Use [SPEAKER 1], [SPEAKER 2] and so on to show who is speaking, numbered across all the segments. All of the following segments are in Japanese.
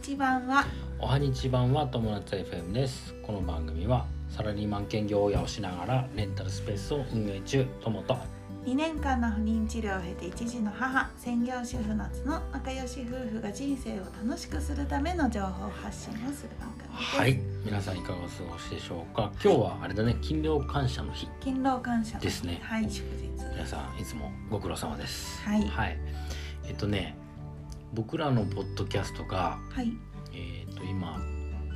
[SPEAKER 1] ち番は
[SPEAKER 2] おはにちばんは友達 FM ですこの番組はサラリーマン兼業親をしながらレンタルスペースを運営中友と
[SPEAKER 1] 2年間の不妊治療を経て一児の母専業主婦夏の仲良し夫婦が人生を楽しくするための情報発信をする番組です、
[SPEAKER 2] はい皆さんいかがお過ごしでしょうか今日はあれだね勤労感謝の日
[SPEAKER 1] 勤労感謝の日
[SPEAKER 2] ですね
[SPEAKER 1] はい祝日
[SPEAKER 2] 皆さんいつもご苦労様です
[SPEAKER 1] はい
[SPEAKER 2] えっとね僕らのポッドキャストが
[SPEAKER 1] はい
[SPEAKER 2] えっと今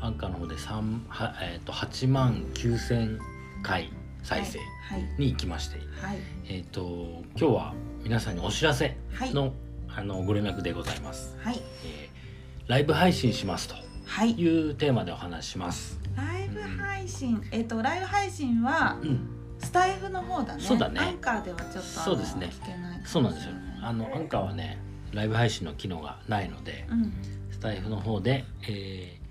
[SPEAKER 2] アンカーの方で三はえっと8万9000回再生
[SPEAKER 1] はい
[SPEAKER 2] に行きまして、
[SPEAKER 1] はい
[SPEAKER 2] えっと今日は皆さんにお知らせ
[SPEAKER 1] はい
[SPEAKER 2] の,、あのご連絡でございます、
[SPEAKER 1] はい
[SPEAKER 2] えーライブ配信しますと
[SPEAKER 1] はい
[SPEAKER 2] いうテーマでお話しします、
[SPEAKER 1] ライブ配信、えっ、とライブ配信は
[SPEAKER 2] うん、
[SPEAKER 1] スタイフの方だね
[SPEAKER 2] そうだね
[SPEAKER 1] アンカーではちょっとあの
[SPEAKER 2] そうですね
[SPEAKER 1] 聞けないかもしれない
[SPEAKER 2] そうなんですよあのアンカーはねライブ配信の機能がないので
[SPEAKER 1] うん
[SPEAKER 2] スタイフの方で、えー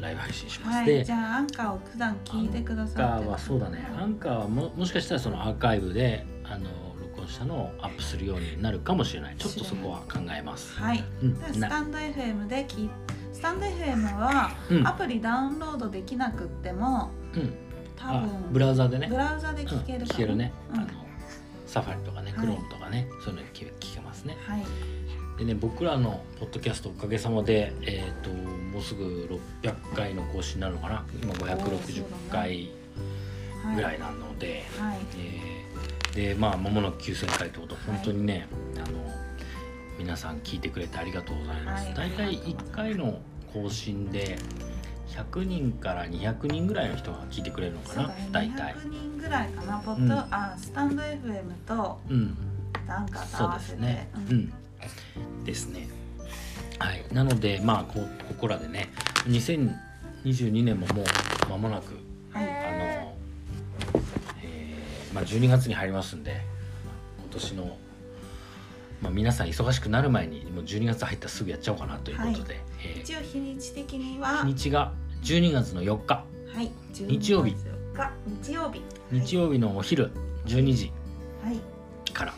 [SPEAKER 2] ライブ配信します、
[SPEAKER 1] はい、
[SPEAKER 2] で
[SPEAKER 1] じゃあアンカーを普段聞いてくだ
[SPEAKER 2] アンカ
[SPEAKER 1] さっ
[SPEAKER 2] ー
[SPEAKER 1] て
[SPEAKER 2] はそうだねアンカーはももしかしたらそのアーカイブであの録音したのをアップするようになるかもしれないちょっとそこは考えます、
[SPEAKER 1] はい、
[SPEAKER 2] うん
[SPEAKER 1] スタ
[SPEAKER 2] な
[SPEAKER 1] ンド FM で聞いスタンド FM は
[SPEAKER 2] うん
[SPEAKER 1] アプリダウンロードできなくっても
[SPEAKER 2] うん、
[SPEAKER 1] 多
[SPEAKER 2] あ
[SPEAKER 1] 分
[SPEAKER 2] ブラウザでね
[SPEAKER 1] ブラウザで
[SPEAKER 2] うん
[SPEAKER 1] 聞けるから、
[SPEAKER 2] 聞けるね、
[SPEAKER 1] うん
[SPEAKER 2] あのサファリとかね
[SPEAKER 1] はい
[SPEAKER 2] クロームとかね、そういうの聞聞けますね
[SPEAKER 1] はい
[SPEAKER 2] でね僕らのポッドキャストおかげさまでえっ、ともうすぐ600回の更新になるのかな今560回
[SPEAKER 1] はい
[SPEAKER 2] ぐらいなので、
[SPEAKER 1] はい
[SPEAKER 2] えーでまあ間もなく9000回ってこと本当にね、あの皆さん聞いてくれてありがとうございます、
[SPEAKER 1] はい
[SPEAKER 2] 大体1回の更新で100人から200人ぐらいの人が聞いてくれるの
[SPEAKER 1] そう
[SPEAKER 2] か
[SPEAKER 1] だ
[SPEAKER 2] な、
[SPEAKER 1] ね
[SPEAKER 2] 大体
[SPEAKER 1] 200人ぐらいかなポッド、
[SPEAKER 2] うん
[SPEAKER 1] あスタンド FM と
[SPEAKER 2] うん
[SPEAKER 1] アンカーと合
[SPEAKER 2] そう
[SPEAKER 1] わ
[SPEAKER 2] で
[SPEAKER 1] せ
[SPEAKER 2] す
[SPEAKER 1] て
[SPEAKER 2] ね。うん。ですね。はい。なのでまあこここらでね、2022年ももう間もなく
[SPEAKER 1] はい
[SPEAKER 2] あの、えーまあ12月に入りますんで、今年のまあ皆さん忙しくなる前にもう12月入ったらすぐやっちゃおうかなということで、えー
[SPEAKER 1] 一応日にち的には
[SPEAKER 2] 日にちが12月の4日
[SPEAKER 1] はい
[SPEAKER 2] 日曜日
[SPEAKER 1] が日曜日
[SPEAKER 2] 日
[SPEAKER 1] 曜
[SPEAKER 2] 曜日のお昼12時
[SPEAKER 1] はい
[SPEAKER 2] から
[SPEAKER 1] は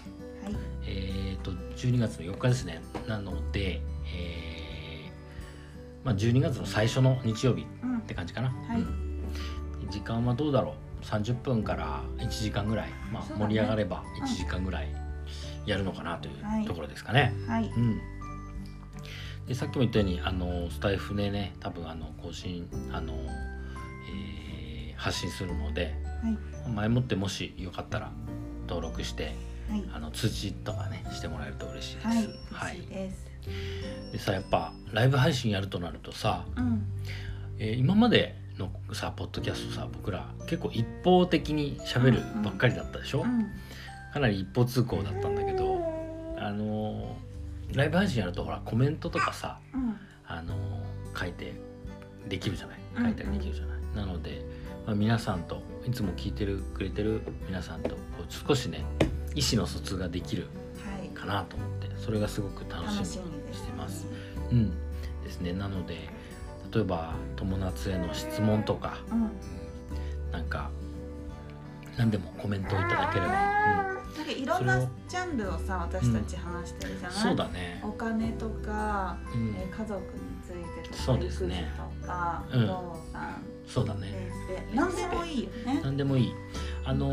[SPEAKER 1] い
[SPEAKER 2] えー、と12月の4日ですねなので、えーまあ、12月の最初の日曜日っ
[SPEAKER 1] うん
[SPEAKER 2] て感じかな、
[SPEAKER 1] い
[SPEAKER 2] うん時間はどうだろう30分から1時間ぐらい、ま
[SPEAKER 1] そ
[SPEAKER 2] あ、
[SPEAKER 1] うだね
[SPEAKER 2] 盛り上がれば
[SPEAKER 1] うん
[SPEAKER 2] 1時間ぐらいやるのかなとい
[SPEAKER 1] はいう
[SPEAKER 2] ところですかね。
[SPEAKER 1] はい
[SPEAKER 2] うんでさっきも言ったようにあのスタイフでね多分あの更新あの、えー発信するので
[SPEAKER 1] はい
[SPEAKER 2] 前もってもしよかったら登録して
[SPEAKER 1] はい
[SPEAKER 2] あの通知とかねしてもらえると嬉しいです。
[SPEAKER 1] はい、
[SPEAKER 2] はい
[SPEAKER 1] 嬉しいです。
[SPEAKER 2] でさやっぱライブ配信やるとなるとさ、
[SPEAKER 1] うん、
[SPEAKER 2] えー今までのさポッドキャストさ僕ら結構一方的に喋るばっかりだったでしょ、
[SPEAKER 1] うん、
[SPEAKER 2] かなり一方通行だったんだけどあのーライブ配信やるとほらコメントとかさ
[SPEAKER 1] うん、
[SPEAKER 2] あのー書いてできるじゃない
[SPEAKER 1] うん
[SPEAKER 2] 書いたりできるじゃない、なので、まあ、皆さんといつも聞いてるくれてる皆さんとこう少しね意思の疎通ができる
[SPEAKER 1] はい、
[SPEAKER 2] かなと思ってそれがすごく楽しみ
[SPEAKER 1] 楽
[SPEAKER 2] に
[SPEAKER 1] しみです。
[SPEAKER 2] してます。うん、ですねなので例えば友達への質問とか
[SPEAKER 1] うん、
[SPEAKER 2] なんか何でもコメントをいただければ、
[SPEAKER 1] なんかいろん
[SPEAKER 2] それ
[SPEAKER 1] な
[SPEAKER 2] を
[SPEAKER 1] ジャンルをさ、私たち話してるじ
[SPEAKER 2] う
[SPEAKER 1] ゃ
[SPEAKER 2] ん、
[SPEAKER 1] ない。
[SPEAKER 2] そうだね
[SPEAKER 1] お、金とか、
[SPEAKER 2] う
[SPEAKER 1] え
[SPEAKER 2] ん、
[SPEAKER 1] ー家族についてとか、
[SPEAKER 2] そうですね
[SPEAKER 1] 育児とか、
[SPEAKER 2] うん
[SPEAKER 1] 不動産、
[SPEAKER 2] そうだね
[SPEAKER 1] レースで、なんでもいいよね。
[SPEAKER 2] 何でもいいあの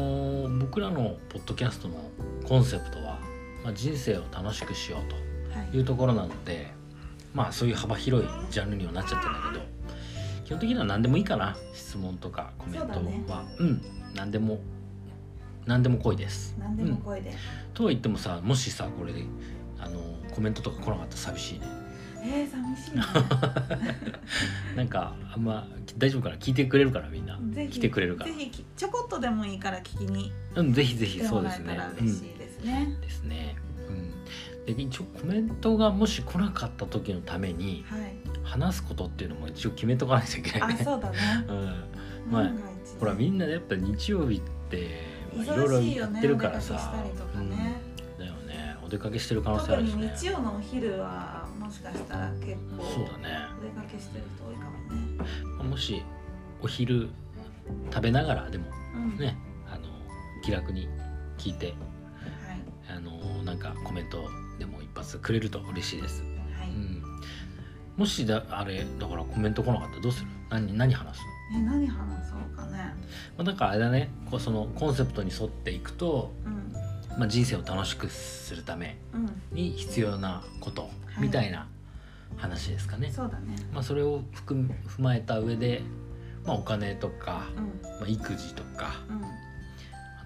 [SPEAKER 2] ー僕らのポッドキャストのコンセプトは、まあ、人生を楽しくしよう
[SPEAKER 1] は
[SPEAKER 2] とい
[SPEAKER 1] い、
[SPEAKER 2] うところなのでまあそういう幅広いジャンルにはなっちゃってるんだけど基本的には何でもいいかな質問とかコメントは
[SPEAKER 1] そうだね
[SPEAKER 2] うん何でも何でも来いです
[SPEAKER 1] なんでも声で。
[SPEAKER 2] とは言ってもさもしさこれであのコメントとか来なかったら寂しいね
[SPEAKER 1] えー、寂しいね。
[SPEAKER 2] なんかあんま大丈夫かな聞いてくれるからみんな
[SPEAKER 1] ぜひ
[SPEAKER 2] 来てくれるから
[SPEAKER 1] ぜひきちょこっとでもいいから聞きに
[SPEAKER 2] うんぜひぜ
[SPEAKER 1] 来
[SPEAKER 2] ひ
[SPEAKER 1] て
[SPEAKER 2] そ
[SPEAKER 1] も
[SPEAKER 2] うで
[SPEAKER 1] ら
[SPEAKER 2] す
[SPEAKER 1] えた
[SPEAKER 2] ね
[SPEAKER 1] ら
[SPEAKER 2] う
[SPEAKER 1] 嬉し
[SPEAKER 2] ん
[SPEAKER 1] いですね。
[SPEAKER 2] ですねうんで一応コメントがもし来なかった時のために
[SPEAKER 1] はい。
[SPEAKER 2] 話すことっていうのも一応決めとかなきゃいけない
[SPEAKER 1] あ、
[SPEAKER 2] ね
[SPEAKER 1] そうだね。
[SPEAKER 2] う、ん、ま
[SPEAKER 1] 万
[SPEAKER 2] あ
[SPEAKER 1] が一ね
[SPEAKER 2] ほらみんなやっぱ日曜日ってまあいろ
[SPEAKER 1] 忙しい
[SPEAKER 2] いろ
[SPEAKER 1] よ
[SPEAKER 2] やっ
[SPEAKER 1] ね
[SPEAKER 2] てるからさ
[SPEAKER 1] お出かけしたりとかね、
[SPEAKER 2] うん、だよねお出かけしてる可能性あ
[SPEAKER 1] 特
[SPEAKER 2] るし
[SPEAKER 1] に
[SPEAKER 2] ね
[SPEAKER 1] 日曜のお昼はもしかしたら結構
[SPEAKER 2] そうだね
[SPEAKER 1] お出かけしてる人多いかもね、
[SPEAKER 2] もしお昼食べながらでも
[SPEAKER 1] うん、
[SPEAKER 2] ねあの気楽に聞いて
[SPEAKER 1] はい
[SPEAKER 2] あのなんかコメントでも一発くれると嬉しいです、
[SPEAKER 1] は
[SPEAKER 2] う
[SPEAKER 1] い、
[SPEAKER 2] ん、もしだあれだからコメント来なかったらどうする何何話す
[SPEAKER 1] え何話そうかね
[SPEAKER 2] まあ、だからあれだねこうそのコンセプトに沿っていくと、
[SPEAKER 1] うん
[SPEAKER 2] まあ、人生を楽しくするため
[SPEAKER 1] うん
[SPEAKER 2] に必要なこと
[SPEAKER 1] い
[SPEAKER 2] みたいな話ですかね、
[SPEAKER 1] そうだね
[SPEAKER 2] まあ、それを含む踏まえた上で、まあ、お金とか、
[SPEAKER 1] うん
[SPEAKER 2] まあ、育児とか
[SPEAKER 1] うんは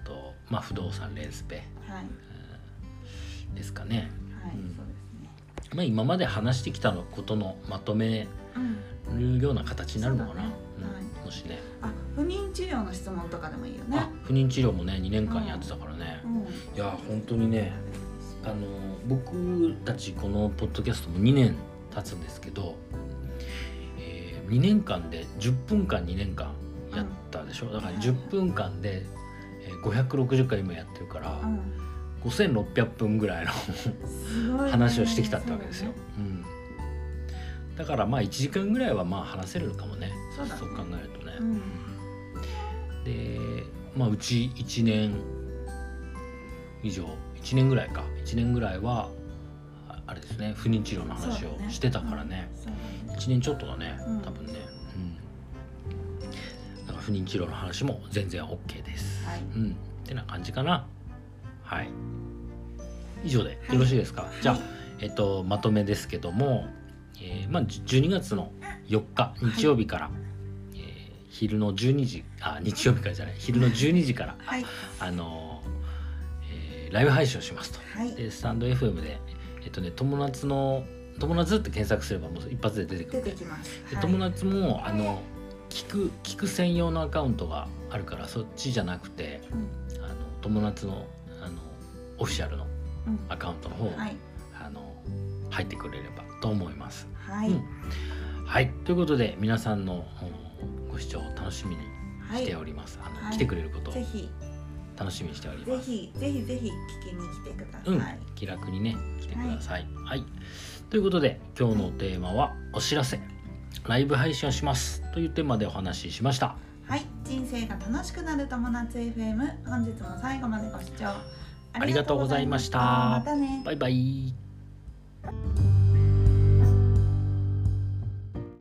[SPEAKER 2] あと、まあ、不動産レンスペ
[SPEAKER 1] いはい
[SPEAKER 2] うんですかね、うん
[SPEAKER 1] そうですね
[SPEAKER 2] まあ、今まで話してきたのことのまとめ
[SPEAKER 1] うん
[SPEAKER 2] るような形になるのか
[SPEAKER 1] そ
[SPEAKER 2] な、
[SPEAKER 1] うだね
[SPEAKER 2] うんもしね
[SPEAKER 1] あ不妊治療の質問とかでもいいよね
[SPEAKER 2] あ不妊治療もね2年間やってたからね、
[SPEAKER 1] うん
[SPEAKER 2] いや本当にねあの僕たちこのポッドキャストも2年経つんですけど、え2年間で10分間2年間やったでしょ、だか
[SPEAKER 1] は
[SPEAKER 2] ら
[SPEAKER 1] い
[SPEAKER 2] 10分間でえー560回今やってるから、
[SPEAKER 1] う
[SPEAKER 2] 5600分ぐらいの
[SPEAKER 1] んすごいね
[SPEAKER 2] 話をしてきたってわけですよ
[SPEAKER 1] そうだね。
[SPEAKER 2] うんだからまあ1時間ぐらいはまあ話せるかもね
[SPEAKER 1] そうだね
[SPEAKER 2] 考えるとね。
[SPEAKER 1] うん
[SPEAKER 2] で、まあ、うち1年以上1年ぐらいか1年ぐらいはああれですね不妊治療の話
[SPEAKER 1] そうだ
[SPEAKER 2] を
[SPEAKER 1] ね
[SPEAKER 2] してたからね
[SPEAKER 1] そうだね
[SPEAKER 2] 1年ちょっとだね
[SPEAKER 1] うん
[SPEAKER 2] 多分ね、うん、だから不妊治療の話も全然 OK です、
[SPEAKER 1] はい
[SPEAKER 2] うんってな感じかなはい以上でよろしいですか、じゃあ、えっと、まとめですけども、えーまあ、じゅ12月の4日日曜日から、えー昼の12時あ日曜日からじゃない昼の12時から、
[SPEAKER 1] はい
[SPEAKER 2] あのーえーライブ配信をしますと。
[SPEAKER 1] はい
[SPEAKER 2] でスタンド FM で、えっとね、友達の「友達」って検索すればもう一発で出てく
[SPEAKER 1] 出
[SPEAKER 2] るんで
[SPEAKER 1] てきます
[SPEAKER 2] で
[SPEAKER 1] はい
[SPEAKER 2] 友達もあの聞く聞く専用のアカウントがあるからそっちじゃなくて
[SPEAKER 1] うん
[SPEAKER 2] あの友達のあのオフィシャルの
[SPEAKER 1] うん
[SPEAKER 2] アカウントの方を、
[SPEAKER 1] はい
[SPEAKER 2] あの入ってくれればと思います。
[SPEAKER 1] はい
[SPEAKER 2] うんはい、ということで皆さんのうんご視聴を楽しみに
[SPEAKER 1] は
[SPEAKER 2] して
[SPEAKER 1] い
[SPEAKER 2] おります。あの
[SPEAKER 1] はい
[SPEAKER 2] 来てくれることを
[SPEAKER 1] ぜひ
[SPEAKER 2] 楽しみにしており
[SPEAKER 1] ぜ
[SPEAKER 2] ます。
[SPEAKER 1] ひぜひぜひ聞きに来てくださ
[SPEAKER 2] うん
[SPEAKER 1] い。
[SPEAKER 2] 気楽にね来てください。はい、ということで今日のテーマはお知らせ。ライブ配信をしますというテーマでお話ししました。
[SPEAKER 1] はい、人生が楽しくなる友達 FM 本日も最後までご視聴
[SPEAKER 2] ありがとうございました
[SPEAKER 1] ありがとうございましたまたね
[SPEAKER 2] バイバイ。